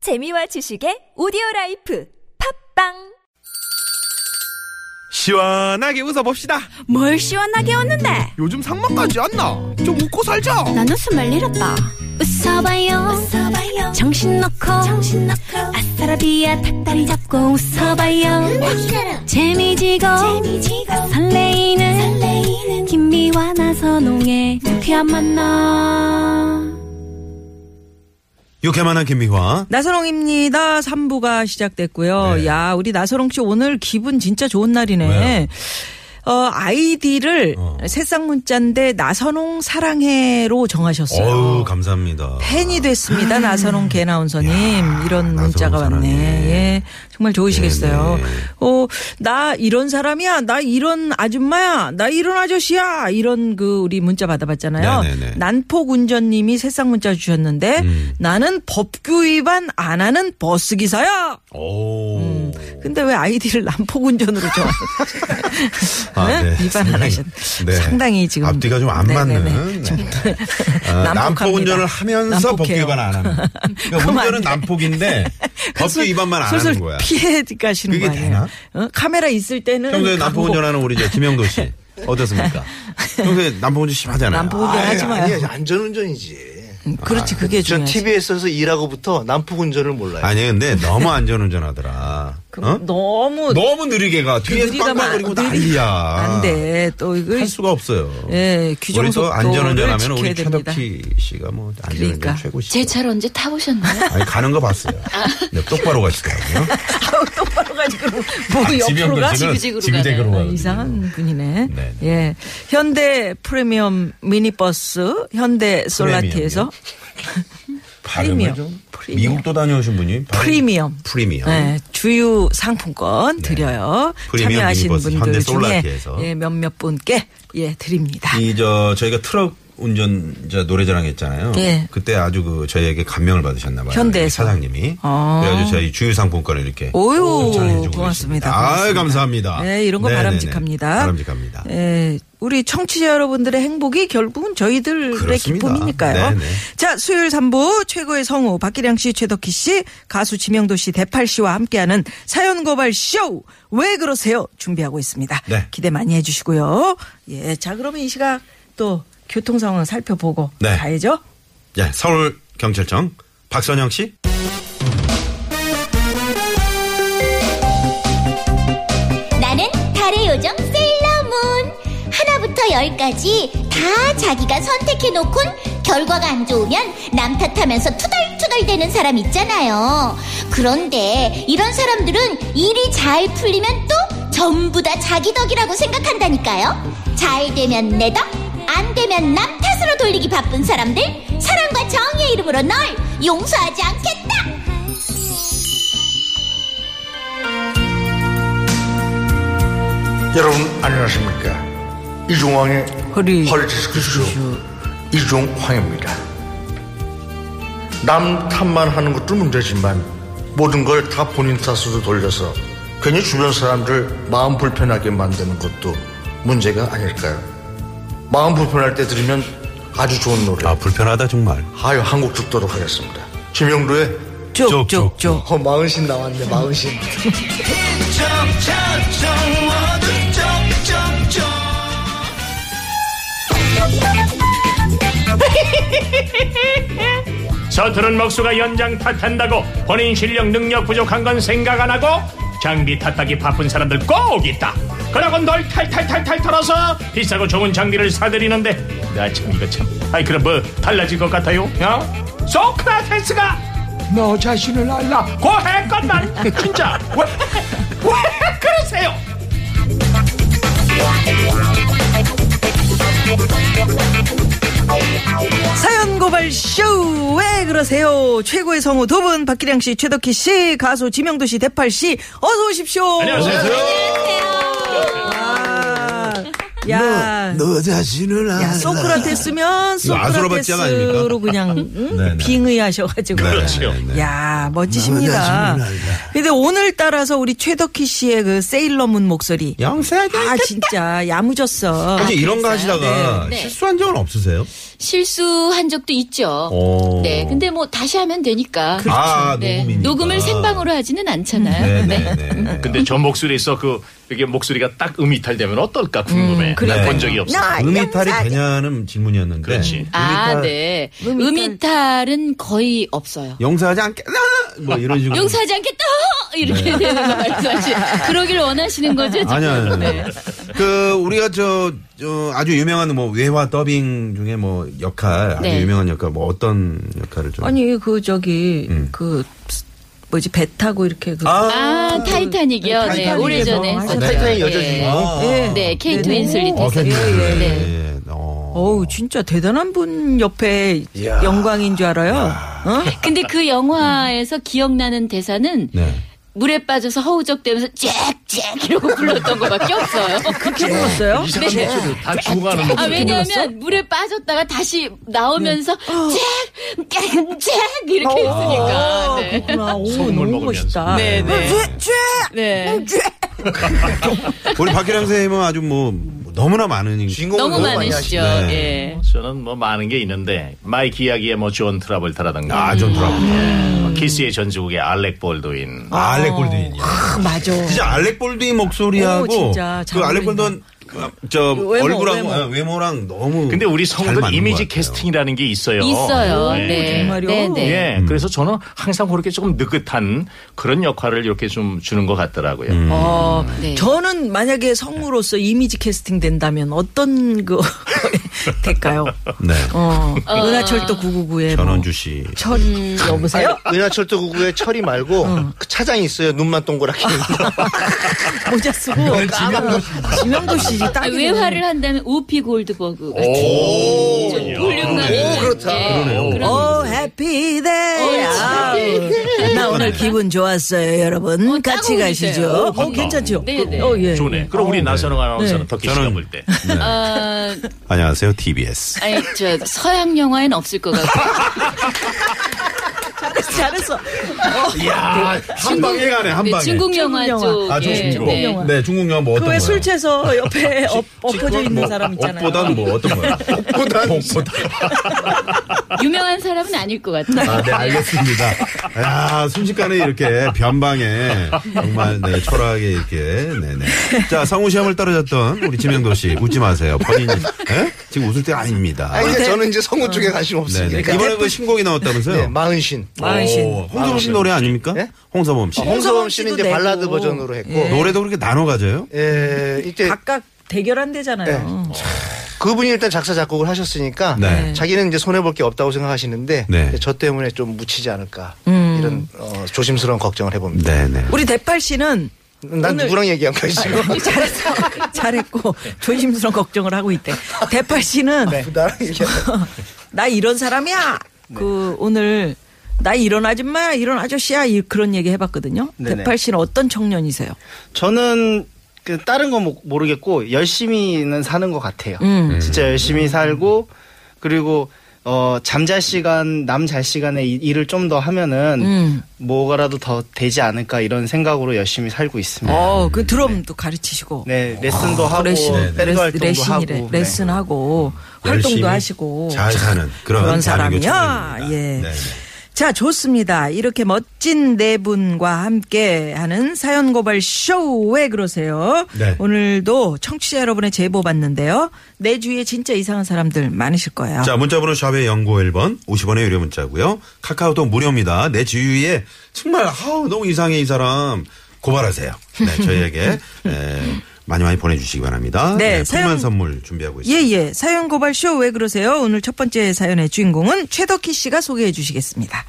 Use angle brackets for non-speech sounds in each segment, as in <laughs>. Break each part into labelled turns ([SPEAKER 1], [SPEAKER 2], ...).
[SPEAKER 1] 재미와 지식의 오디오 라이프 팝빵
[SPEAKER 2] 시원하게 웃어봅시다.
[SPEAKER 3] 뭘 시원하게 웃는데
[SPEAKER 2] 요즘 상만까지 안 나. 좀 웃고 살자.
[SPEAKER 3] 난 웃음을 잃었다 웃어봐요, 정신 놓고 아싸라비아 닭다리 잡고 웃어봐요 재미지고, 설레이는, 김미와 나서 농에 유쾌한 만나
[SPEAKER 2] 유쾌만한 김미화.
[SPEAKER 4] 나서롱입니다. 3부가 시작됐고요.
[SPEAKER 2] 네.
[SPEAKER 4] 야, 우리 나서롱 씨 오늘 기분 진짜 좋은 날이네.
[SPEAKER 2] 왜요?
[SPEAKER 4] 어, 아이디를
[SPEAKER 2] 어.
[SPEAKER 4] 새싹 문자인데 나선홍 사랑해로 정하셨어요.
[SPEAKER 2] 어우 감사합니다.
[SPEAKER 4] 팬이 됐습니다. 나선홍 개나운서님.
[SPEAKER 2] 아, 예. 야,
[SPEAKER 4] 이런 문자가
[SPEAKER 2] 나선홍
[SPEAKER 4] 왔네.
[SPEAKER 2] 사랑해.
[SPEAKER 4] 예. 정말 좋으시겠어요.
[SPEAKER 2] 네, 네.
[SPEAKER 4] 어, 나 이런 사람이야. 나 이런 아줌마야. 나 이런 아저씨야. 이런 그 우리 문자 받아봤잖아요.
[SPEAKER 2] 네, 음. 네, 네.
[SPEAKER 4] 난폭운전님이 새싹 문자 주셨는데 나는 법규 위반 안 하는 버스기사야. 음.
[SPEAKER 2] 오.
[SPEAKER 4] 근데 왜 아이디를 난폭운전으로 정?
[SPEAKER 2] 아, 네.
[SPEAKER 4] 위반 안
[SPEAKER 2] 상당히,
[SPEAKER 4] 하셨.
[SPEAKER 2] 네.
[SPEAKER 4] 상당히 지금
[SPEAKER 2] 앞뒤가 좀안
[SPEAKER 4] 네네네.
[SPEAKER 2] 맞는.
[SPEAKER 4] 좀
[SPEAKER 2] 아,
[SPEAKER 4] <laughs> 난폭합니다.
[SPEAKER 2] 난폭 운전을 하면서 법규
[SPEAKER 4] 난폭해요.
[SPEAKER 2] 위반
[SPEAKER 4] <laughs>
[SPEAKER 2] 안 하는. 그러니까
[SPEAKER 4] 그럼 안
[SPEAKER 2] 운전은
[SPEAKER 4] 돼. <laughs>
[SPEAKER 2] 난폭인데 법규
[SPEAKER 4] 슬-
[SPEAKER 2] 위반만 안
[SPEAKER 4] 슬슬
[SPEAKER 2] 하는 거야.
[SPEAKER 4] 피해 가시는
[SPEAKER 2] 그게
[SPEAKER 4] 거 아니에요?
[SPEAKER 2] 되나?
[SPEAKER 4] 어? 카메라 있을 때는
[SPEAKER 2] 평소에 난폭
[SPEAKER 4] 가보고
[SPEAKER 2] 운전하는 우리 이제 김영도 씨
[SPEAKER 4] <laughs>
[SPEAKER 2] 어떻습니까? 평소에 난폭 운전 심하잖아요.
[SPEAKER 4] 난폭 운전
[SPEAKER 2] 아,
[SPEAKER 4] 하지 마요.
[SPEAKER 5] 아니, 안전운전이지.
[SPEAKER 4] 음, 그렇지 그게
[SPEAKER 5] 전
[SPEAKER 4] 중요하지.
[SPEAKER 5] TV에서서 일하고부터 난폭운전을 몰라요.
[SPEAKER 2] 아니 근데 너무 안전운전하더라.
[SPEAKER 4] 그럼
[SPEAKER 2] 어?
[SPEAKER 4] <laughs> 너무 그
[SPEAKER 2] 너무 느리게 가. 뒤에서
[SPEAKER 4] 느리가 막-
[SPEAKER 2] 빵빵거리고
[SPEAKER 4] 느리-
[SPEAKER 2] 난리야.
[SPEAKER 4] 안돼 또 이거
[SPEAKER 2] 할 수가 없어요.
[SPEAKER 4] 예, 규정
[SPEAKER 2] 우리 또 안전운전
[SPEAKER 4] 속도를
[SPEAKER 2] 하면 우리
[SPEAKER 4] 지켜야 됩니다.
[SPEAKER 2] 최덕희 씨가 뭐 안전운전
[SPEAKER 4] 그러니까.
[SPEAKER 2] 최고시죠.
[SPEAKER 6] 제 차를 언제 타보셨나요?
[SPEAKER 2] 아니 가는 거 봤어요. 네, 똑바로 가시더라고요.
[SPEAKER 4] 아우, <laughs> 똑바로 가지고 뭐
[SPEAKER 2] 아,
[SPEAKER 4] 옆으로 가.
[SPEAKER 2] 지금
[SPEAKER 6] 지그지그로
[SPEAKER 2] 지그재그로
[SPEAKER 6] 가네요.
[SPEAKER 2] 가거든요.
[SPEAKER 4] 이상한 분이네.
[SPEAKER 2] 네.
[SPEAKER 4] 예, 현대 프리미엄 미니버스 현대 솔라티에서 <laughs>
[SPEAKER 2] 발음을
[SPEAKER 4] 프리미엄.
[SPEAKER 2] 좀
[SPEAKER 4] 프리미엄.
[SPEAKER 2] 미국도 다녀오신 분이 발음-
[SPEAKER 4] 프리미엄.
[SPEAKER 2] 프리미엄. 네.
[SPEAKER 4] 네, 주유 상품권 드려요.
[SPEAKER 2] 프리미엄
[SPEAKER 4] 참여하신
[SPEAKER 2] 미니버스 현대
[SPEAKER 4] 분들 중에
[SPEAKER 2] 솔라티에서.
[SPEAKER 4] 예, 몇몇 분께 예 드립니다.
[SPEAKER 2] 이 저 저희가 트럭 운전자 노래자랑 했잖아요.
[SPEAKER 4] 예.
[SPEAKER 2] 그때 아주 그 저희에게 감명을 받으셨나 봐요.
[SPEAKER 4] 현대에서.
[SPEAKER 2] 이 사장님이.
[SPEAKER 4] 아.
[SPEAKER 2] 그래가지고 저희 주유 상품권을 이렇게
[SPEAKER 4] 오유
[SPEAKER 2] 협찬해주고
[SPEAKER 4] 고맙습니다.
[SPEAKER 2] 계십니다.
[SPEAKER 4] 고맙습니다.
[SPEAKER 2] 아유 감사합니다.
[SPEAKER 4] 네, 이런 거
[SPEAKER 2] 네네네.
[SPEAKER 4] 바람직합니다.
[SPEAKER 2] 바람직합니다.
[SPEAKER 4] 예, 우리 청취자 여러분들의 행복이 결국은 저희들의
[SPEAKER 2] 그렇습니다.
[SPEAKER 4] 기쁨이니까요.
[SPEAKER 2] 네네.
[SPEAKER 4] 자, 수요일 3부 최고의 성우 박기량 씨, 최덕희 씨, 가수 지명도 씨, 대팔 씨와 함께하는 사연 고발 쇼! 왜 그러세요? 준비하고 있습니다.
[SPEAKER 2] 네.
[SPEAKER 4] 기대 많이 해주시고요. 예, 자, 그러면 이 시각 또 교통 상황 살펴보고
[SPEAKER 2] 네.
[SPEAKER 4] 가야죠.
[SPEAKER 2] 예, 서울 경찰청 박선영 씨.
[SPEAKER 7] 나는 달의 요정 세일러문 하나부터 열까지 다 자기가 선택해놓곤 결과가 안 좋으면 남 탓하면서 투덜투덜대는 사람 있잖아요 그런데 이런 사람들은 일이 잘 풀리면 또 전부 다 자기 덕이라고 생각한다니까요 잘 되면 내덕안 되면 남 탓으로 돌리기 바쁜 사람들 사랑과 정의의 이름으로 널 용서하지 않겠다
[SPEAKER 5] 여러분 안녕하십니까? 이종황의
[SPEAKER 4] 허리
[SPEAKER 5] 허리디스크쇼 이종황입니다. 남 탓만 하는 것도 문제지만 모든 걸 다 본인 탓으로 돌려서 괜히 주변 사람들 마음 불편하게 만드는 것도 문제가 아닐까요? 마음 불편할 때 들으면 아주 좋은 노래.
[SPEAKER 2] 아 불편하다 정말.
[SPEAKER 5] 아유 한곡 듣도록 하겠습니다. 김영도의
[SPEAKER 4] 쪽쪽쪽.
[SPEAKER 5] 어, 마흔신 나왔네 마흔신.
[SPEAKER 8] <laughs> 서투른 목수가 연장 탓한다고 본인 실력 능력 부족한 건 생각 안 하고 장비 탓하기 바쁜 사람들 꼭 있다. 그러고 널 탈탈탈탈 털어서 비싸고 좋은 장비를 사들이는데 나 참 이거 참. 아이 그럼 뭐 달라질 것 같아요? 어? 소크라테스가 너 자신을 알라 고했건만 진짜 왜, 왜 그러세요?
[SPEAKER 4] 사연 고발 쇼! 왜 그러세요? 최고의 성우 두 분, 박기량 씨, 최덕희 씨, 가수 지명도 씨, 대팔 씨, 어서 오십시오.
[SPEAKER 8] 안녕하세요.
[SPEAKER 4] 와, 야.
[SPEAKER 2] 너 자신을 알아.
[SPEAKER 4] 야, 소크라테스면
[SPEAKER 2] 이거 아수라바찌
[SPEAKER 4] 소크라테스로
[SPEAKER 2] 아닙니까?
[SPEAKER 4] 그냥
[SPEAKER 2] <laughs> 네, 네.
[SPEAKER 4] 응? 빙의하셔가지고.
[SPEAKER 2] 네,
[SPEAKER 8] 그렇죠.
[SPEAKER 2] 네, 네.
[SPEAKER 4] 야 멋지십니다.
[SPEAKER 2] 나는 자신을 알다.
[SPEAKER 4] 근데 오늘 따라서 우리 최덕희 씨의 그 세일러문 목소리.
[SPEAKER 2] 영세대.
[SPEAKER 4] 아 진짜 야무졌어.
[SPEAKER 2] 사실 이런 거 하시다가
[SPEAKER 6] 네.
[SPEAKER 2] 실수한 적은 없으세요? 어.
[SPEAKER 6] 실수한 적도 있죠.
[SPEAKER 2] 오.
[SPEAKER 6] 네, 근데 뭐 다시 하면 되니까.
[SPEAKER 2] 아,
[SPEAKER 6] 네,
[SPEAKER 2] 녹음이니까.
[SPEAKER 6] 녹음을 생방으로 하지는 않잖아요.
[SPEAKER 2] 네, 네, 네.
[SPEAKER 8] 근데 저 목소리에서 그 이게 목소리가 딱 음이 탈되면 어떨까 궁금해.
[SPEAKER 2] 음, 그러니까요.
[SPEAKER 8] 본 적이 없어.
[SPEAKER 2] 음이탈이 되냐는 질문이었는데.
[SPEAKER 8] 그렇지.
[SPEAKER 6] 아,
[SPEAKER 2] 음이탈-
[SPEAKER 6] 네. 음이탈은 거의 없어요.
[SPEAKER 2] 용서하지 않겠다. 뭐 이런 식으로.
[SPEAKER 6] 용서하지 않겠다! 이렇게 되는 거 말씀하시 그러길 원하시는 거죠? 지금?
[SPEAKER 2] 네. 아니요, 아니요.
[SPEAKER 6] 네.
[SPEAKER 2] 아니요. 그 우리가 저, 저 아주 유명한 뭐 외화 더빙 중에 뭐 역할 아주
[SPEAKER 6] 네.
[SPEAKER 2] 유명한 역할 뭐 어떤 역할을 좀
[SPEAKER 4] 아니 그 저기 그 뭐지 배 타고 이렇게 그
[SPEAKER 2] 음. 아, 어,
[SPEAKER 6] 아, 타이타닉이요. 네,
[SPEAKER 4] 타이타닉에서
[SPEAKER 6] 오래전에
[SPEAKER 4] 하셨죠.
[SPEAKER 6] 했었죠.
[SPEAKER 2] 타이타닉
[SPEAKER 6] 네.
[SPEAKER 2] 여자주인공.
[SPEAKER 6] 네, 네, 케이트 윈슬릿
[SPEAKER 2] 어,
[SPEAKER 6] 했었죠.
[SPEAKER 2] 괜찮네.
[SPEAKER 6] 네.
[SPEAKER 2] 네. 어.
[SPEAKER 4] 어우 진짜 대단한 분 옆에 영광인 줄 알아요. 어?
[SPEAKER 6] 근데 그 영화에서 기억나는 대사는
[SPEAKER 2] 네.
[SPEAKER 6] 물에 빠져서 허우적대면서 잭잭 이러고 불렀던 것밖에 없어요. 네.
[SPEAKER 4] 그렇게 불렀어요?
[SPEAKER 8] 이상한 목소리로 다 죽어가는
[SPEAKER 6] 아,
[SPEAKER 8] 목소리.
[SPEAKER 6] 왜냐하면 물에 빠졌다가 다시 나오면서
[SPEAKER 4] 네. 어.
[SPEAKER 6] 잭잭잭 이렇게 했으니까. 네.
[SPEAKER 4] 아, 그렇구나. 오,
[SPEAKER 8] 소금을
[SPEAKER 4] 너무
[SPEAKER 8] 먹으면서.
[SPEAKER 2] 아,
[SPEAKER 4] 멋있다.
[SPEAKER 6] 네, 네.
[SPEAKER 4] 쥐, 쥐!
[SPEAKER 6] 네.
[SPEAKER 2] 우리 박기량 선생님은 아주 뭐 너무나 많은
[SPEAKER 5] 주인공을
[SPEAKER 6] 너무
[SPEAKER 5] 많이
[SPEAKER 6] 많으시죠.
[SPEAKER 2] 하시네.
[SPEAKER 6] 예.
[SPEAKER 8] 저는 뭐 많은 게 있는데 마이키 이야기의 뭐존 트라볼타라든가 음. 뭐
[SPEAKER 2] 아, 존 트라볼타.
[SPEAKER 8] 키스의 전주국의 알렉 볼드윈
[SPEAKER 2] 아, 알렉 볼드윈이요.
[SPEAKER 4] 아, 맞아.
[SPEAKER 2] 진짜 알렉 볼드윈 목소리하고
[SPEAKER 4] 오, 진짜 잘
[SPEAKER 2] 그 알렉
[SPEAKER 4] 어울린다. 그
[SPEAKER 2] 볼드윈 저
[SPEAKER 4] 외모,
[SPEAKER 2] 얼굴하고
[SPEAKER 4] 외모.
[SPEAKER 2] 아, 외모랑 너무
[SPEAKER 8] 근데 우리
[SPEAKER 2] 잘
[SPEAKER 8] 성은
[SPEAKER 2] 맞는
[SPEAKER 8] 이미지
[SPEAKER 2] 것 같아요.
[SPEAKER 8] 캐스팅이라는 게 있어요.
[SPEAKER 6] 있어요.
[SPEAKER 8] 네.
[SPEAKER 6] 네.
[SPEAKER 4] 정말요?
[SPEAKER 6] 네, 네.
[SPEAKER 8] 예,
[SPEAKER 2] 음.
[SPEAKER 8] 그래서 저는 항상 그렇게 조금 느긋한 그런 역할을 이렇게 좀 주는 것 같더라고요.
[SPEAKER 2] 음.
[SPEAKER 4] 어,
[SPEAKER 6] 네.
[SPEAKER 4] 저는 만약에 성우로서 이미지 캐스팅 된다면 어떤 거 <laughs> 될까요?
[SPEAKER 2] 네.
[SPEAKER 4] 어, 은하철도 999에 뭐
[SPEAKER 2] 전원주 씨.
[SPEAKER 4] 철
[SPEAKER 6] 음,
[SPEAKER 4] 아, 여보세요?
[SPEAKER 5] 은하철도 9구의 철이 말고 그 차장이 있어요. 눈만 동그랗게.
[SPEAKER 4] <laughs> 모자 쓰고 까만 아, 지명도 씨
[SPEAKER 6] 아,
[SPEAKER 4] 딱이
[SPEAKER 6] 외화를 한다면 우피 골드버그 같은
[SPEAKER 8] 오,
[SPEAKER 6] 좀 볼륨감 있는.
[SPEAKER 5] 그렇다.
[SPEAKER 6] 예. 그런
[SPEAKER 4] 오 해피데이
[SPEAKER 6] 오,
[SPEAKER 4] 아. 나 오늘 기분 좋았어요 여러분
[SPEAKER 6] 어,
[SPEAKER 4] 같이
[SPEAKER 6] 따고
[SPEAKER 4] 가시죠
[SPEAKER 6] 있어요.
[SPEAKER 4] 어, 괜찮죠?
[SPEAKER 6] 네, 네.
[SPEAKER 4] 어, 예.
[SPEAKER 8] 좋네. 그럼 우리 나선홍 아나운서는 덕기 씨가
[SPEAKER 2] 저는-
[SPEAKER 8] 볼 때.
[SPEAKER 2] 네.
[SPEAKER 6] 아,
[SPEAKER 2] 안녕하세요. TBS.
[SPEAKER 6] 아니 저 서양 영화엔 없을 것 같고
[SPEAKER 4] <laughs> 잘했어
[SPEAKER 8] 이야,
[SPEAKER 2] 한 방에 가네. 한
[SPEAKER 6] 네, 그 중국 영화
[SPEAKER 4] 영화.
[SPEAKER 6] 쪽
[SPEAKER 2] 아, 저
[SPEAKER 6] 예,
[SPEAKER 2] 중국.
[SPEAKER 6] 네.
[SPEAKER 2] 네. 중국 영화 뭐 어떤
[SPEAKER 4] 그 왜
[SPEAKER 2] 거예요? 아,
[SPEAKER 4] 술
[SPEAKER 2] <laughs>
[SPEAKER 4] 취해서 옆에 엎, 엎어져 있는
[SPEAKER 2] 뭐,
[SPEAKER 4] 사람 있잖아요
[SPEAKER 2] 옷보단 뭐 어떤 거예요? 옷보단.
[SPEAKER 6] 유명한 사람은 아닐 것 같아요.
[SPEAKER 2] 아, 네, 알겠습니다. 야, 순식간에 이렇게 변방에 정말 네, 초라하게 이렇게. 네, 네. 자, 성우 시험을 떨어졌던 우리 지명도 씨 웃지 마세요. 본인 예? 지금 웃을 때 아닙니다.
[SPEAKER 5] 아, 이제 저는 이제 성우 쪽에 관심
[SPEAKER 2] 네, 네.
[SPEAKER 5] 없으니까.
[SPEAKER 2] 이번에 그 신곡이 나왔다면서요?
[SPEAKER 5] 네, 마흔신.
[SPEAKER 4] 마흔신.
[SPEAKER 2] 오, 홍서범 씨 노래 아닙니까?
[SPEAKER 5] 예?
[SPEAKER 2] 홍서범 씨.
[SPEAKER 5] 홍서범 씨는 이제
[SPEAKER 4] 내고. 예.
[SPEAKER 5] 발라드 버전으로 했고.
[SPEAKER 2] 노래도 그렇게 나눠 가져요?
[SPEAKER 5] 예, 이때 네.
[SPEAKER 4] 각각 대결한대잖아요
[SPEAKER 5] 그분이 일단 작사 작곡을 하셨으니까
[SPEAKER 2] 네.
[SPEAKER 5] 자기는 이제 손해 볼 게 없다고 생각하시는데
[SPEAKER 2] 네.
[SPEAKER 5] 저 때문에 좀 묻히지 않을까
[SPEAKER 4] 음.
[SPEAKER 5] 이런 어, 조심스러운 걱정을 해봅니다.
[SPEAKER 2] 네, 네.
[SPEAKER 4] 우리 대팔 씨는
[SPEAKER 5] 난 누구랑 얘기한 거야 지금?
[SPEAKER 4] <laughs> 잘했어. 잘했고 조심스러운 걱정을 하고 있대. 대팔 씨는
[SPEAKER 5] 아, 나랑 네. 얘기한 거야.
[SPEAKER 4] <laughs> 나 이런 사람이야. 그 오늘 나 이런 아줌마야, 이런 아저씨야 이- 그런 얘기 해봤거든요.
[SPEAKER 9] 네네.
[SPEAKER 4] 대팔 씨는 어떤 청년이세요?
[SPEAKER 9] 저는 그 다른 건 모- 모르겠고 열심히는 사는 것 같아요.
[SPEAKER 4] 음.
[SPEAKER 2] 음.
[SPEAKER 9] 진짜 열심히 살고 그리고 어 잠잘 시간, 남 잘 시간에 이- 일을 좀 더 하면은
[SPEAKER 4] 음.
[SPEAKER 9] 뭐가라도 더 되지 않을까 이런 생각으로 열심히 살고 있습니다.
[SPEAKER 4] 어, 그 드럼도 가르치시고. 아,
[SPEAKER 9] 네 레슨도 하고
[SPEAKER 4] 레슨,
[SPEAKER 9] 밴드 활동도 하고
[SPEAKER 4] 레슨이래.
[SPEAKER 9] 네.
[SPEAKER 4] 레슨하고 활동도
[SPEAKER 2] 열심히
[SPEAKER 4] 하시고.
[SPEAKER 2] 잘 사는 그런,
[SPEAKER 4] 그런
[SPEAKER 2] 대한민국
[SPEAKER 4] 사람이야?
[SPEAKER 2] 청년입니다.
[SPEAKER 4] 예.
[SPEAKER 2] 네, 네.
[SPEAKER 4] 자, 좋습니다. 이렇게 멋진 네 분과 함께 하는 사연 고발 쇼. 왜 그러세요?
[SPEAKER 2] 네.
[SPEAKER 4] 오늘도 청취자 여러분의 제보 받는데요. 내 주위에 진짜 이상한 사람들 많으실 거예요.
[SPEAKER 2] 자, 문자번호 샵의 연고 1번, 50원의 유료 문자고요 카카오톡 무료입니다. 내 주위에 정말, 아우, 너무 이상해, 이 사람. 고발하세요. 네,
[SPEAKER 4] <laughs>
[SPEAKER 2] 저희에게, 에, 많이 많이 보내주시기 바랍니다.
[SPEAKER 4] 네,
[SPEAKER 2] 네, 풍만
[SPEAKER 4] 사연-
[SPEAKER 2] 선물 준비하고 있습니다.
[SPEAKER 4] 예, 예. 사연 고발 쇼. 왜 그러세요? 오늘 첫 번째 사연의 주인공은 최덕희 씨가 소개해 주시겠습니다.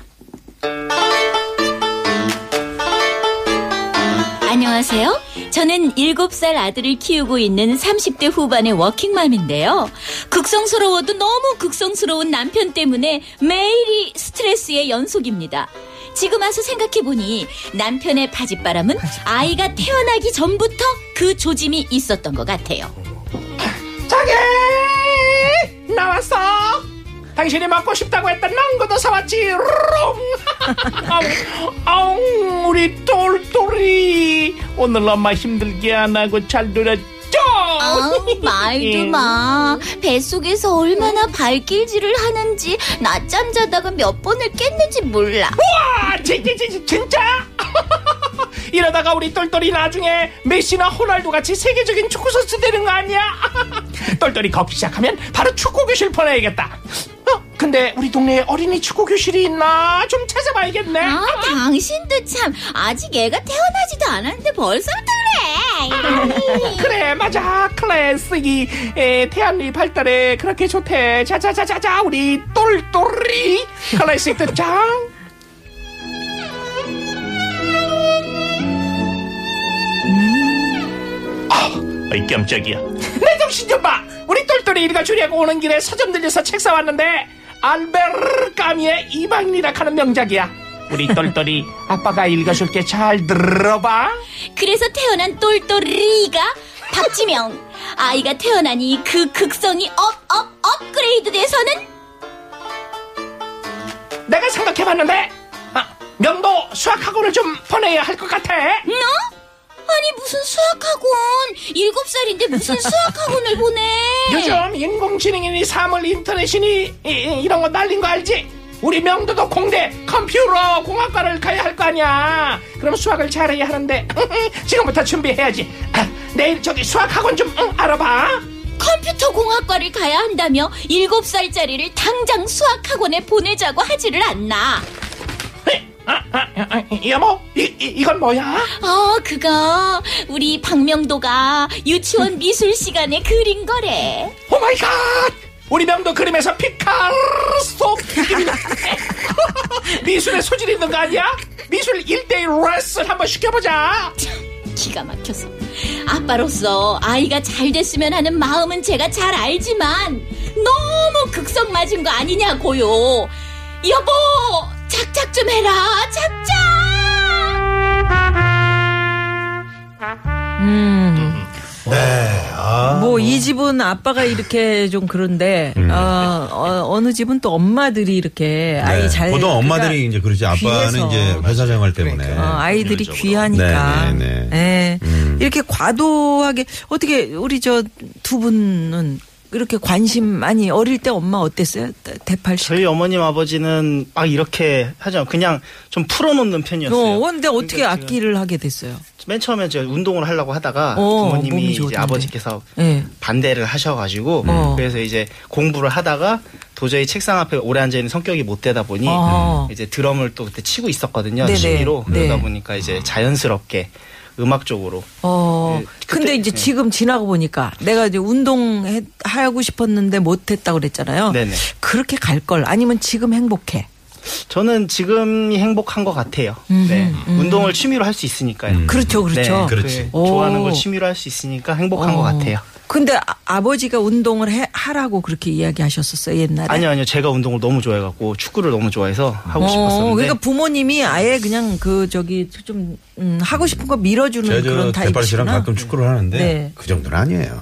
[SPEAKER 6] 안녕하세요. 저는 7살 아들을 키우고 있는 30대 후반의 워킹맘인데요. 극성스러워도 너무 극성스러운 남편 때문에 매일이 스트레스의 연속입니다. 지금 와서 생각해보니 남편의 바짓바람은 아이가 태어나기 전부터 그 조짐이 있었던 것 같아요.
[SPEAKER 8] 세상에 나왔어 당신이 먹고 싶다고 했던 망고도 사왔지 롱 <laughs> 아웅, 아웅 우리 똘똘이 오늘 엄마 힘들게 안 하고 잘 놀았죠 예.
[SPEAKER 7] 아, 말도
[SPEAKER 8] <laughs>
[SPEAKER 7] 마. 뱃속에서 얼마나 발길질을 하는지 낮잠 자다가 몇 번을 깼는지 몰라.
[SPEAKER 8] 와, 진짜, 진짜? <laughs> 이러다가 우리 똘똘이 나중에 메시나 호날두 같이 세계적인 축구 선수 되는 거 아니야? <laughs> 똘똘이 걷기 시작하면 바로 축구 교실 보내야겠다. 어, 근데 우리 동네에 어린이 축구 교실이 있나? 좀 찾아봐야겠네.
[SPEAKER 7] 아, 당신도 참 아직 애가 태어나지도 않았는데 벌써부터 그래.
[SPEAKER 8] <laughs>
[SPEAKER 7] 아이.
[SPEAKER 8] 그래 맞아 클래스기 에, 태안리 발달에 그렇게 좋대 자자자자자 우리 똘똘이 클래식 등장 어이 깜짝이야 내 정신 좀봐 우리 똘똘이 일가 주려고 오는 길에 서점 들려서 책 사왔는데 알베르 까미의 이방인이라 하는 명작이야 우리 똘똘이 아빠가 읽어줄게 잘 들어봐
[SPEAKER 7] 그래서 태어난 똘똘이가 박지명. 아이가 태어나니 그 극성이 업, 업, 업그레이드 돼서는
[SPEAKER 8] 내가 생각해봤는데 아, 명도 수학학원을 좀 보내야 할 것 같아
[SPEAKER 7] 너? 아니 무슨 수학학원? 일곱 살인데 무슨 수학학원을 보내?
[SPEAKER 8] 요즘 인공지능이니 사물 인터넷이니 이, 런거 날린 거 알지? 우리 명도도 공대 컴퓨터 공학과를 가야 할 거 아니야 그럼 수학을 잘해야 하는데 <laughs> 지금부터 준비해야지 아, 내일 저기 수학학원 좀 응, 알아봐
[SPEAKER 7] 컴퓨터 공학과를 가야 한다며 일곱 살짜리를 당장 수학학원에 보내자고 하지를 않나.
[SPEAKER 8] 아, 아, 아, 여보 이, 이, 이건 뭐야?
[SPEAKER 7] 어, 그거 우리 박명도가 유치원 미술 시간에 그린 거래.
[SPEAKER 8] 오 마이 갓! 우리 명도 그림에서 피카소 느낌이다. 미술의 소질이 있는 거 아니야? 미술 1대1 레슨 한번 시켜보자.
[SPEAKER 7] 기가 막혀서 아빠로서 아이가 잘 됐으면 하는 마음은 제가 잘 알지만 너무 극성 맞은 거 아니냐고요 여보 작작 좀 해라 작작
[SPEAKER 2] 네, 아,
[SPEAKER 4] 뭐 이 집은 아빠가 이렇게 좀 그런데
[SPEAKER 2] 음.
[SPEAKER 4] 어, 어, 느 집은 또 엄마들이 이렇게 아이 잘
[SPEAKER 2] 네. 보통
[SPEAKER 4] 그러니까
[SPEAKER 2] 엄마들이 이제 그러지
[SPEAKER 4] 귀해서.
[SPEAKER 2] 아빠는 이제 회사 생활 때문에
[SPEAKER 4] 어, 아이들이 귀하니까
[SPEAKER 2] 네, 네,
[SPEAKER 4] 예. 이렇게 과도하게 어떻게 우리 저 두 분은 이렇게 관심 많이 어릴 때 엄마 어땠어요 대팔씨
[SPEAKER 9] 저희 어머님 아버지는 막 이렇게 하죠. 그냥 좀 풀어놓는
[SPEAKER 4] 어,
[SPEAKER 9] 편이었어요.
[SPEAKER 4] 근데 어떻게
[SPEAKER 9] 그러니까 제가
[SPEAKER 4] 악기를 하게 됐어요?
[SPEAKER 9] 맨 처음에 제가 운동을 하려고 하다가
[SPEAKER 4] 어, 몸이
[SPEAKER 9] 부모님이 이제
[SPEAKER 4] 좋던데.
[SPEAKER 9] 아버지께서
[SPEAKER 4] 예.
[SPEAKER 9] 반대를 하셔가지고
[SPEAKER 4] 어.
[SPEAKER 9] 그래서 이제 공부를 하다가 도저히 책상 앞에 오래 앉아 있는 성격이 못 되다 보니
[SPEAKER 4] 어.
[SPEAKER 9] 이제 드럼을 또 그때 치고 있었거든요
[SPEAKER 4] 네네.
[SPEAKER 9] 취미로 그러다
[SPEAKER 4] 네.
[SPEAKER 9] 보니까 이제 자연스럽게 음악 쪽으로
[SPEAKER 4] 어.
[SPEAKER 9] 예, 그때-
[SPEAKER 4] 근데 이제
[SPEAKER 9] 예.
[SPEAKER 4] 지금 지나고 보니까 내가 이제 운동 해- 하고 싶었는데 못 했다고 그랬잖아요.
[SPEAKER 9] 네네.
[SPEAKER 4] 그렇게 갈 걸 아니면 지금 행복해.
[SPEAKER 9] 저는 지금이 행복한 것 같아요. 네. 운동을 취미로 할 수 있으니까요.
[SPEAKER 4] 음. 그렇죠. 그렇죠.
[SPEAKER 9] 네,
[SPEAKER 2] 그렇지.
[SPEAKER 9] 그 좋아하는
[SPEAKER 4] 오.
[SPEAKER 9] 걸 취미로 할 수 있으니까 행복한
[SPEAKER 4] 어.
[SPEAKER 9] 것 같아요.
[SPEAKER 4] 근데 아, 버지가 운동을 해- 하라고 그렇게 이야기하셨었어요, 옛날에.
[SPEAKER 9] 아니요, 아니요. 제가 운동을 너무 좋아해갖고 축구를 너무 좋아해서 하고
[SPEAKER 4] 어,
[SPEAKER 9] 싶었었는데.
[SPEAKER 4] 그러니까 부모님이 아예 그냥 그 저기 좀 음, 하고 싶은 거 밀어주는
[SPEAKER 2] 제가
[SPEAKER 4] 그런
[SPEAKER 2] 저 대팔 씨랑
[SPEAKER 4] 타입이시구나.
[SPEAKER 2] 가끔 축구를 하는데
[SPEAKER 4] 네.
[SPEAKER 2] 그 정도는
[SPEAKER 4] <laughs>
[SPEAKER 2] 아니에요.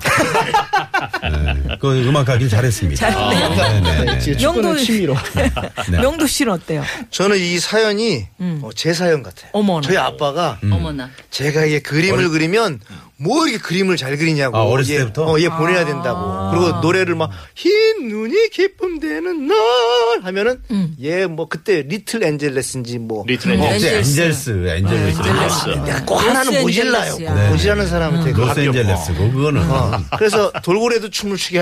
[SPEAKER 2] 네, 그 음악 하길 잘했습니다.
[SPEAKER 4] 잘- 네.
[SPEAKER 2] 네, 네, 네.
[SPEAKER 9] 이제 축구는
[SPEAKER 4] 영도-
[SPEAKER 9] 취미로.
[SPEAKER 2] 네.
[SPEAKER 4] 명도 씨는 어때요? 음.
[SPEAKER 5] 저는 이 사연이 어, 제 사연 같아요.
[SPEAKER 4] 어머나. 음.
[SPEAKER 5] 저희 아빠가
[SPEAKER 6] 어머나.
[SPEAKER 5] 제가 이게 그림을 그리면 뭐 이렇게 그림을 잘 그리냐고.
[SPEAKER 2] 아, 어렸을
[SPEAKER 5] 얘,
[SPEAKER 2] 때부터?
[SPEAKER 5] 어, 얘
[SPEAKER 4] 아.
[SPEAKER 5] 보내야 된다고. 그리고 노래를 막 흰 눈이 기쁨되는 날 하면은 얘 뭐 그때 리틀 엔젤레스인지 뭐.
[SPEAKER 8] 리틀
[SPEAKER 2] 어, 이제
[SPEAKER 4] 음. 엔젤스.
[SPEAKER 2] 엔젤스, 엔젤스.
[SPEAKER 9] 네,
[SPEAKER 2] 아,
[SPEAKER 5] 야, 꼭 하나는 모질라요.
[SPEAKER 4] 아, 로스앤젤레스야.
[SPEAKER 5] 꼭 모질라는 사람한테 그
[SPEAKER 2] 그렇죠. 네. 로스앤젤레스고 그거는
[SPEAKER 5] 어, 그래서 돌고래도 춤을 추게
[SPEAKER 10] 네.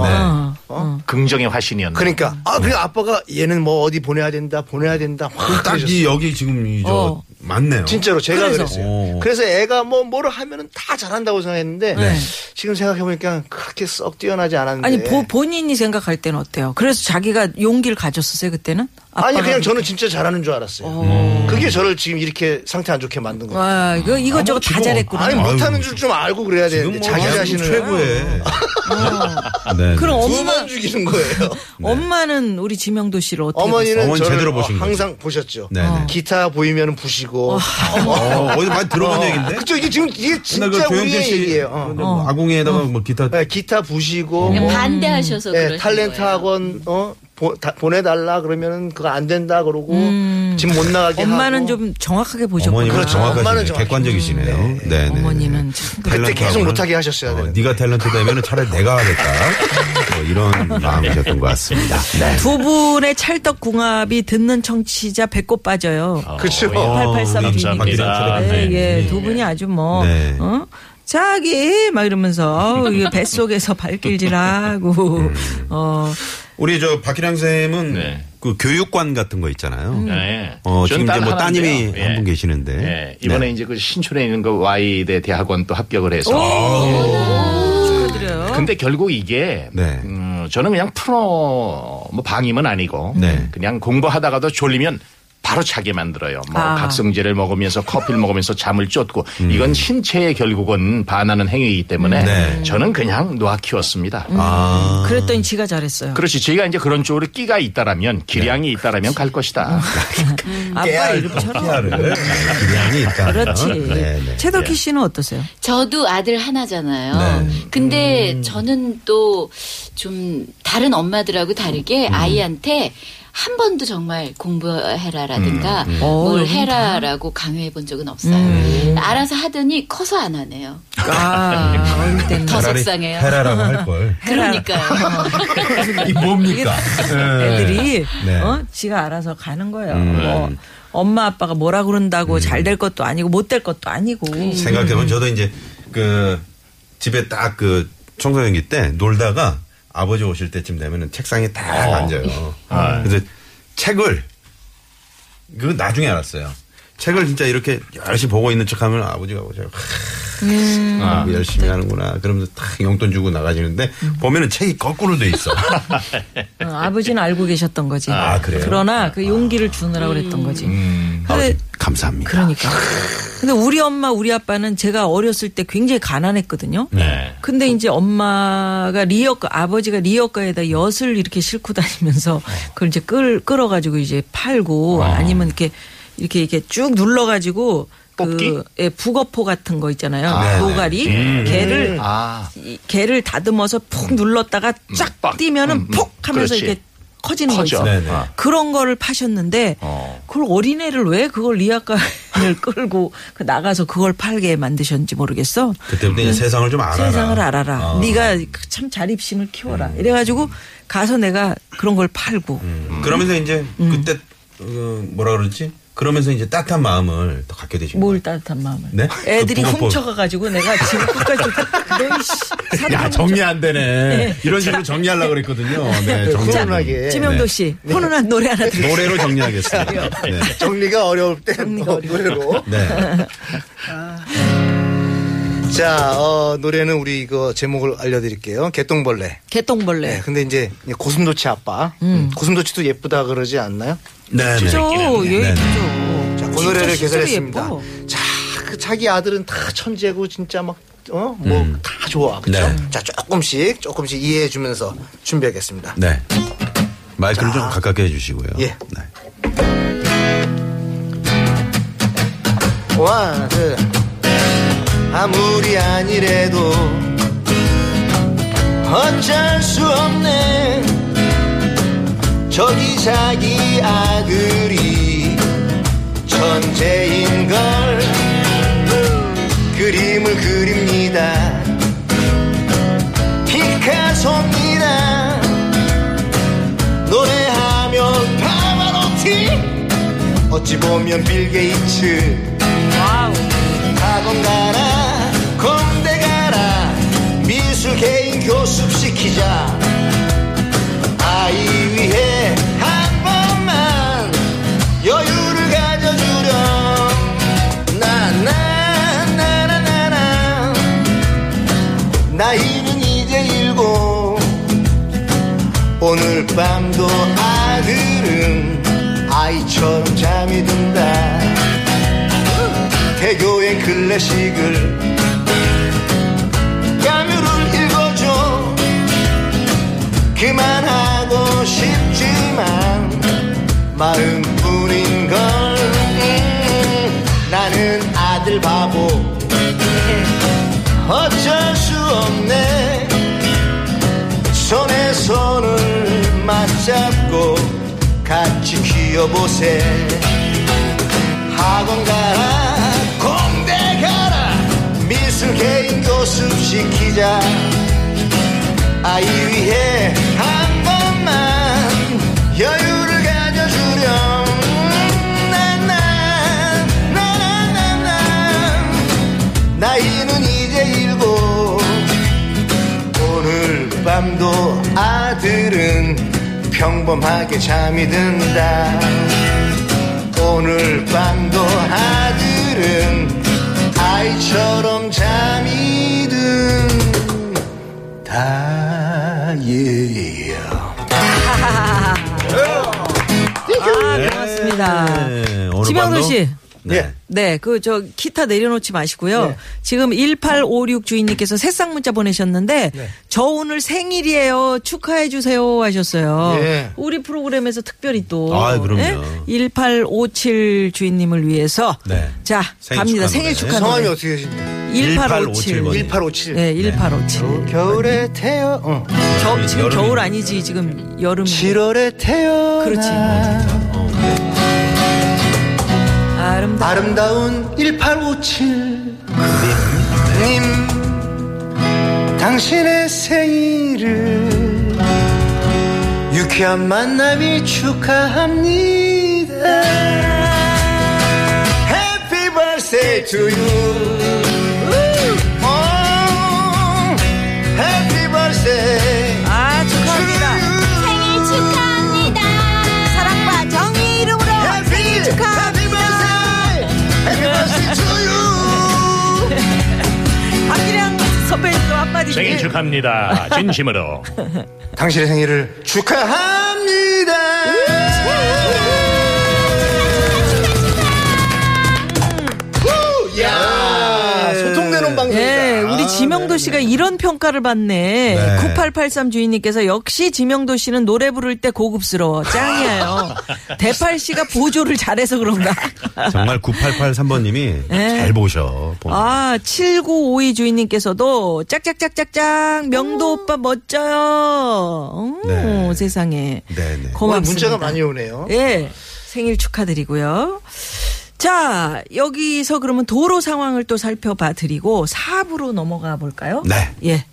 [SPEAKER 4] <laughs>
[SPEAKER 2] 네.
[SPEAKER 4] 어.
[SPEAKER 8] 긍정의 화신이었네.
[SPEAKER 5] 그러니까 아 그래 아빠가 얘는 뭐 어디 보내야 된다 보내야 된다 확
[SPEAKER 2] 딱이 여기 지금 이저
[SPEAKER 4] 어.
[SPEAKER 2] 맞네요.
[SPEAKER 5] 진짜로 제가
[SPEAKER 4] 그래서.
[SPEAKER 5] 그랬어요
[SPEAKER 2] 오.
[SPEAKER 5] 그래서 애가 뭐 뭐를 하면은 다 잘한다고 생각했는데
[SPEAKER 2] 네.
[SPEAKER 5] 지금 생각해 보니까 그렇게 썩 뛰어나지 않았는데
[SPEAKER 4] 아니 보- 본인이 생각할 때는 어때요? 그래서 자기가 용기를 가졌었어요 그때는?
[SPEAKER 5] 아니 그냥 저는 진짜 잘하는 줄 알았어요. 그게 저를 지금 이렇게 상태 안 좋게 만든 거예요.
[SPEAKER 4] 와, 아, 이거 이것저것 다
[SPEAKER 2] 죽어.
[SPEAKER 4] 잘했구나.
[SPEAKER 5] 아니
[SPEAKER 2] 아유. 뭐
[SPEAKER 5] 못하는 줄 좀 알고 그래야 되는데 자기
[SPEAKER 2] 아주
[SPEAKER 5] 자신을
[SPEAKER 2] 최고의. 네.
[SPEAKER 4] 그럼 엄마
[SPEAKER 5] 두번 죽이는 거예요.
[SPEAKER 4] <laughs> 엄마는 우리 지명도 씨를 어떻게
[SPEAKER 5] 어머니는
[SPEAKER 2] 어머니
[SPEAKER 5] 저를
[SPEAKER 2] 제대로
[SPEAKER 5] 어,
[SPEAKER 2] 보신 거죠.
[SPEAKER 5] 항상 보셨죠.
[SPEAKER 2] 네네. 어.
[SPEAKER 5] 기타 보이면 부시고.
[SPEAKER 2] 어, 어디서 많이 들어본 얘기인데?
[SPEAKER 5] 그쵸 이게 지금 이게
[SPEAKER 2] 옛날 그
[SPEAKER 5] 진짜
[SPEAKER 2] 조영필
[SPEAKER 5] 우리의
[SPEAKER 2] 씨
[SPEAKER 5] 얘기예요. 어.
[SPEAKER 2] 근데 뭐 아궁이에다가 뭐 기타 어.
[SPEAKER 5] 네, 기타 부시고
[SPEAKER 6] 그냥 반대하셔서
[SPEAKER 5] 네,
[SPEAKER 6] 그러신
[SPEAKER 5] 탤런트
[SPEAKER 6] 거예요.
[SPEAKER 5] 학원 어 보, 내달라 그러면은 그거 안 된다 그러고
[SPEAKER 6] 음.
[SPEAKER 5] 집 못 나가게
[SPEAKER 4] 엄마는
[SPEAKER 5] 하고.
[SPEAKER 4] 좀 정확하게 보셨구나.
[SPEAKER 2] 어머니는
[SPEAKER 5] 그렇죠. 엄마는
[SPEAKER 2] 정확하시네요.
[SPEAKER 5] 정확히.
[SPEAKER 2] 객관적이시네요. 네. 네.
[SPEAKER 4] 어머니는 참.
[SPEAKER 5] 그때
[SPEAKER 2] 탤런트하고는
[SPEAKER 5] 계속 못하게 하셨어야 되는데.
[SPEAKER 2] 네가 탤런트 되면 차라리 내가 하겠다. 뭐 이런 마음이셨던 것 같습니다. 네.
[SPEAKER 4] 두 분의 찰떡궁합이 듣는 청취자 배꼽 빠져요.
[SPEAKER 5] 그쵸.
[SPEAKER 8] 어, 예.
[SPEAKER 4] 8883
[SPEAKER 8] 감사합니다.
[SPEAKER 2] 아,
[SPEAKER 4] 예,
[SPEAKER 8] 네.
[SPEAKER 4] 예, 두 분이 아주 뭐,
[SPEAKER 2] 네.
[SPEAKER 4] 어? 자기! 막 이러면서, 어, 이게 뱃속에서
[SPEAKER 2] <laughs>
[SPEAKER 4] 발길질하고,
[SPEAKER 2] 음.
[SPEAKER 4] 어,
[SPEAKER 2] 우리 저 박희량 쌤은
[SPEAKER 8] 네.
[SPEAKER 2] 그 교육관 같은 거 있잖아요.
[SPEAKER 5] 음.
[SPEAKER 8] 네.
[SPEAKER 2] 어,
[SPEAKER 10] 예. 저는
[SPEAKER 2] 지금 이제
[SPEAKER 10] 딸
[SPEAKER 2] 뭐 따님이
[SPEAKER 10] 하나인데요. 예.
[SPEAKER 2] 한 분 계시는데. 네.
[SPEAKER 10] 예, 이번에 이제 그 신촌에 있는 그 와이대 대학원 또 합격을 해서.
[SPEAKER 4] 축하드려요.
[SPEAKER 10] 근데 결국 이게
[SPEAKER 2] 아. 네.
[SPEAKER 10] 음, 저는 그냥 프로 뭐 방임은 아니고
[SPEAKER 2] 네.
[SPEAKER 10] 그냥 공부하다가도 졸리면 바로 자게 만들어요. 뭐
[SPEAKER 4] 아.
[SPEAKER 10] 각성제를 먹으면서 커피를 먹으면서 잠을 쫓고 이건 신체에 결국은 반하는 행위이기 때문에
[SPEAKER 2] 음. 네.
[SPEAKER 10] 저는 그냥 놓아 키웠습니다.
[SPEAKER 2] 아.
[SPEAKER 4] 그랬더니 지가 잘했어요.
[SPEAKER 10] 그렇지. 제가 이제 그런 쪽으로 끼가 있다라면 기량이 있다라면 갈 것이다.
[SPEAKER 4] 아빠 이름처럼.
[SPEAKER 2] 피아를 기량이 있다.
[SPEAKER 4] 그렇지.
[SPEAKER 2] 네, 네.
[SPEAKER 4] 최덕희 씨는 어떠세요?
[SPEAKER 6] 저도 아들 하나잖아요.
[SPEAKER 2] 네.
[SPEAKER 6] 근데
[SPEAKER 2] 음.
[SPEAKER 6] 저는 또 좀 다른 엄마들하고 다르게
[SPEAKER 2] 음.
[SPEAKER 6] 아이한테 한 번도 정말
[SPEAKER 2] 음,
[SPEAKER 6] 공부해라라든가
[SPEAKER 4] 어,
[SPEAKER 6] 뭘
[SPEAKER 4] 여긴
[SPEAKER 6] 해라라고 강요해 본 적은 없어요.
[SPEAKER 2] 음.
[SPEAKER 6] 알아서 하더니 커서 안 하네요.
[SPEAKER 4] 아,
[SPEAKER 2] <laughs>
[SPEAKER 5] 예.
[SPEAKER 4] 어릴 때는.
[SPEAKER 6] 더
[SPEAKER 2] 차라리
[SPEAKER 6] 속상해요.
[SPEAKER 2] 네, 헤라라고 할 걸.
[SPEAKER 6] <laughs> 그러니까요.
[SPEAKER 2] 이 뭡니까?
[SPEAKER 4] 애들이
[SPEAKER 2] 네. 음.
[SPEAKER 4] 어 지가 알아서 가는 거예요. 뭐 엄마 아빠가 뭐라 그런다고 잘 될 것도 아니고 못 될 것도 아니고.
[SPEAKER 2] 생각해보면 저도 이제 그 집에 딱 그 청소년기 때 놀다가 아버지 오실 때쯤 되면은 책상에 딱 앉아요. 그래서 책을 그 나중에 알았어요. 책을 진짜 이렇게 열심히 보고 있는 척하면 아버지가 보세요.
[SPEAKER 4] 음.
[SPEAKER 2] 하, 아, 열심히 하는구나. 그러면서 딱 용돈 주고 나가시는데 보면은 책이 거꾸로 돼 있어.
[SPEAKER 4] 어, 아버지는 알고 계셨던 거지.
[SPEAKER 2] 아, 음. 그래요?
[SPEAKER 4] 그러나 그 용기를 주느라고 그랬던 거지. 근데
[SPEAKER 2] 아버지 감사합니다.
[SPEAKER 4] 그러니까. 근데 우리 엄마, 우리 아빠는 제가 어렸을 때 굉장히 가난했거든요.
[SPEAKER 8] 네.
[SPEAKER 4] 근데
[SPEAKER 10] 그
[SPEAKER 4] 이제 엄마가 리어카, 아버지가 리어카에다 엿을 이렇게 싣고 <laughs> 다니면서
[SPEAKER 10] 네.
[SPEAKER 4] 그걸 이제 끌, 끌어가지고 이제 팔고 아니면 이렇게 이렇게 이렇게 쭉 눌러가지고 그 예, 북어포 같은 거 있잖아요. 노가리. 개를,
[SPEAKER 10] 네. 음. 아.
[SPEAKER 4] 이 개를 다듬어서 푹 눌렀다가 쫙
[SPEAKER 10] 빡.
[SPEAKER 4] 뛰면은
[SPEAKER 10] 음, 음.
[SPEAKER 4] 푹 하면서
[SPEAKER 10] 그렇지.
[SPEAKER 4] 이렇게 커지는
[SPEAKER 10] 커져.
[SPEAKER 4] 거
[SPEAKER 10] 어.
[SPEAKER 2] 네네.
[SPEAKER 4] 있어요. 그런 거를 파셨는데 그걸 어린애를 왜 그걸 리아카를 <laughs> 끌고 그 나가서 그걸 팔게 만드셨는지 모르겠어.
[SPEAKER 2] 그때부터 이제 네, 세상을 좀 알아라.
[SPEAKER 4] 네. 세상을 알아라.
[SPEAKER 2] 어. 음.
[SPEAKER 4] 네가 참 자립심을 키워라. 이래가지고 가서 내가 그런 걸 팔고
[SPEAKER 2] 그러면서 이제
[SPEAKER 4] 음.
[SPEAKER 2] 그때 어, 뭐라 그러지? 그러면서 이제 따뜻한 마음을 더 갖게 되신
[SPEAKER 4] 뭘
[SPEAKER 2] 거예요.
[SPEAKER 4] 따뜻한 마음을.
[SPEAKER 2] 네?
[SPEAKER 4] 뭐, 애들이
[SPEAKER 2] 그 부모법.
[SPEAKER 4] 훔쳐가가지고 내가 지금 끝까지
[SPEAKER 2] <laughs>
[SPEAKER 4] 네, 너이씨
[SPEAKER 2] 야, 정리 안 되네. 이런 식으로 정리하려고 그랬거든요. 네, 정리. 안
[SPEAKER 5] 훈훈하게.
[SPEAKER 2] 됩니다.
[SPEAKER 4] 지명도 씨 훈훈한 아, 노래 하나 들려. <laughs>
[SPEAKER 2] 노래로 정리하겠습니다. 네.
[SPEAKER 5] 정리가 어려울 때
[SPEAKER 4] 정리가
[SPEAKER 5] 어,
[SPEAKER 4] 어려울
[SPEAKER 5] 노래로.
[SPEAKER 2] <laughs>
[SPEAKER 5] 아.
[SPEAKER 2] 네.
[SPEAKER 5] 자, 어, 노래는 우리 이거 제목을 알려드릴게요. 개똥벌레.
[SPEAKER 4] 개똥벌레.
[SPEAKER 5] 네, 근데 이제 고슴도치 아빠. 음, 고슴도치도 예쁘다 그러지 않나요?
[SPEAKER 2] 네. 네.
[SPEAKER 4] 그죠? 예,
[SPEAKER 2] 네.
[SPEAKER 4] 그죠.
[SPEAKER 5] 자, 그
[SPEAKER 4] 진짜
[SPEAKER 5] 노래를
[SPEAKER 4] 실제로
[SPEAKER 5] 개설했습니다.
[SPEAKER 4] 예뻐.
[SPEAKER 5] 자, 그 자기 아들은 다 천재고 진짜 막, 어? 뭐, 다 좋아. 그죠?
[SPEAKER 2] 네.
[SPEAKER 5] 자, 조금씩, 조금씩 이해해주면서 준비하겠습니다.
[SPEAKER 2] 네. 마이크를 좀 가깝게 해주시고요.
[SPEAKER 5] 예.
[SPEAKER 2] 네.
[SPEAKER 5] 원, 투. 아무리 아니래도 어쩔 수 없네 저기 자기 아들이 천재인걸 그림을 그립니다 피카소입니다 노래하면 파바로티 어찌 보면 빌 게이츠
[SPEAKER 4] 와우.
[SPEAKER 5] 학원 가라 공대 가라 미술 개인 교습 시키자 아이 위해 한 번만 여유를 가져주렴 나나나나나나 나이는 이제 일곱 오늘 밤도 아들은
[SPEAKER 11] 클래식을 까뮤를 읽어줘 그만하고 싶지만 마음뿐인 걸 음, 나는 아들 바보 어쩔 수 없네 손에 손을 맞잡고 같이 키워보세 학원 가라 공대 가라 미술 개인 교습 시키자 아이 위해 한 번만 여유를 가져주렴 나나 나나나나 나이는 이제 일곱 오늘 밤도 아들은 평범하게 잠이 든다 오늘 밤도 아들은 아이처럼 잠이 든다 예예
[SPEAKER 4] 아,
[SPEAKER 2] 네.
[SPEAKER 4] 고맙습니다.
[SPEAKER 2] 오늘
[SPEAKER 4] 지명도
[SPEAKER 2] 밤도?
[SPEAKER 4] 씨.
[SPEAKER 5] 예.
[SPEAKER 2] 네.
[SPEAKER 4] 네, 그, 저, 기타 내려놓지 마시고요. 지금 1856 주인님께서 새싹 문자 보내셨는데,
[SPEAKER 5] 네.
[SPEAKER 4] 저 오늘 생일이에요. 축하해주세요. 하셨어요.
[SPEAKER 2] 예.
[SPEAKER 4] 우리 프로그램에서 특별히 또.
[SPEAKER 2] 아, 그럼요.
[SPEAKER 4] 1857 주인님을 위해서.
[SPEAKER 2] 네.
[SPEAKER 4] 자,
[SPEAKER 2] 생일
[SPEAKER 4] 갑니다.
[SPEAKER 2] 축하
[SPEAKER 4] 생일
[SPEAKER 2] 노래.
[SPEAKER 4] 축하.
[SPEAKER 5] 성함이
[SPEAKER 4] 노래.
[SPEAKER 5] 어떻게 되십니까?
[SPEAKER 4] 1857.
[SPEAKER 5] 1857.
[SPEAKER 4] 네, 1857.
[SPEAKER 5] 겨울에 태어, 어.
[SPEAKER 4] 저, 지금
[SPEAKER 2] 여름이-
[SPEAKER 4] 겨울 아니지. 지금 여름.
[SPEAKER 5] 7월에 태어.
[SPEAKER 4] 그렇지. 아름다운.
[SPEAKER 5] 아름다운 1857님 당신의 생일을 유쾌한 만남이 축하합니다
[SPEAKER 11] Happy birthday to you Oh, Happy birthday
[SPEAKER 4] 아, 축하합니다.
[SPEAKER 7] 생일 축하합니다.
[SPEAKER 4] 사랑과 정의 이름으로 생일 축하합니다.
[SPEAKER 11] Happy birthday to you
[SPEAKER 4] <laughs> 박기량 선배님도 한마디.
[SPEAKER 8] 생일 축하합니다.
[SPEAKER 11] <laughs>
[SPEAKER 8] 진심으로.
[SPEAKER 5] 당신의 생일을
[SPEAKER 11] 축하합니다 후, 야
[SPEAKER 8] 네.
[SPEAKER 11] 소통되는 방송이다 아,
[SPEAKER 4] 예, 우리 지명도 씨가 이런 평가를 받네.
[SPEAKER 2] 네.
[SPEAKER 4] 9883 주인님께서 역시 지명도 씨는 노래 부를 때 고급스러워.
[SPEAKER 8] <laughs>
[SPEAKER 4] 짱이에요. 대팔 씨가 보조를 잘해서 그런가.
[SPEAKER 2] 정말 9883번님이
[SPEAKER 4] 네.
[SPEAKER 2] 잘 보셔. 보면.
[SPEAKER 4] 아, 7952 주인님께서도 짝짝짝짝짝 명도
[SPEAKER 5] 음.
[SPEAKER 4] 오빠 멋져요. 오,
[SPEAKER 2] 네.
[SPEAKER 4] 세상에.
[SPEAKER 2] 네네.
[SPEAKER 5] 오늘
[SPEAKER 4] 고맙습니다.
[SPEAKER 5] 문자가 많이 오네요
[SPEAKER 4] 예. 생일 축하드리고요. 자, 여기서 그러면 도로 상황을 또 살펴봐 드리고 4부로 넘어가 볼까요?
[SPEAKER 2] 네.
[SPEAKER 4] 예.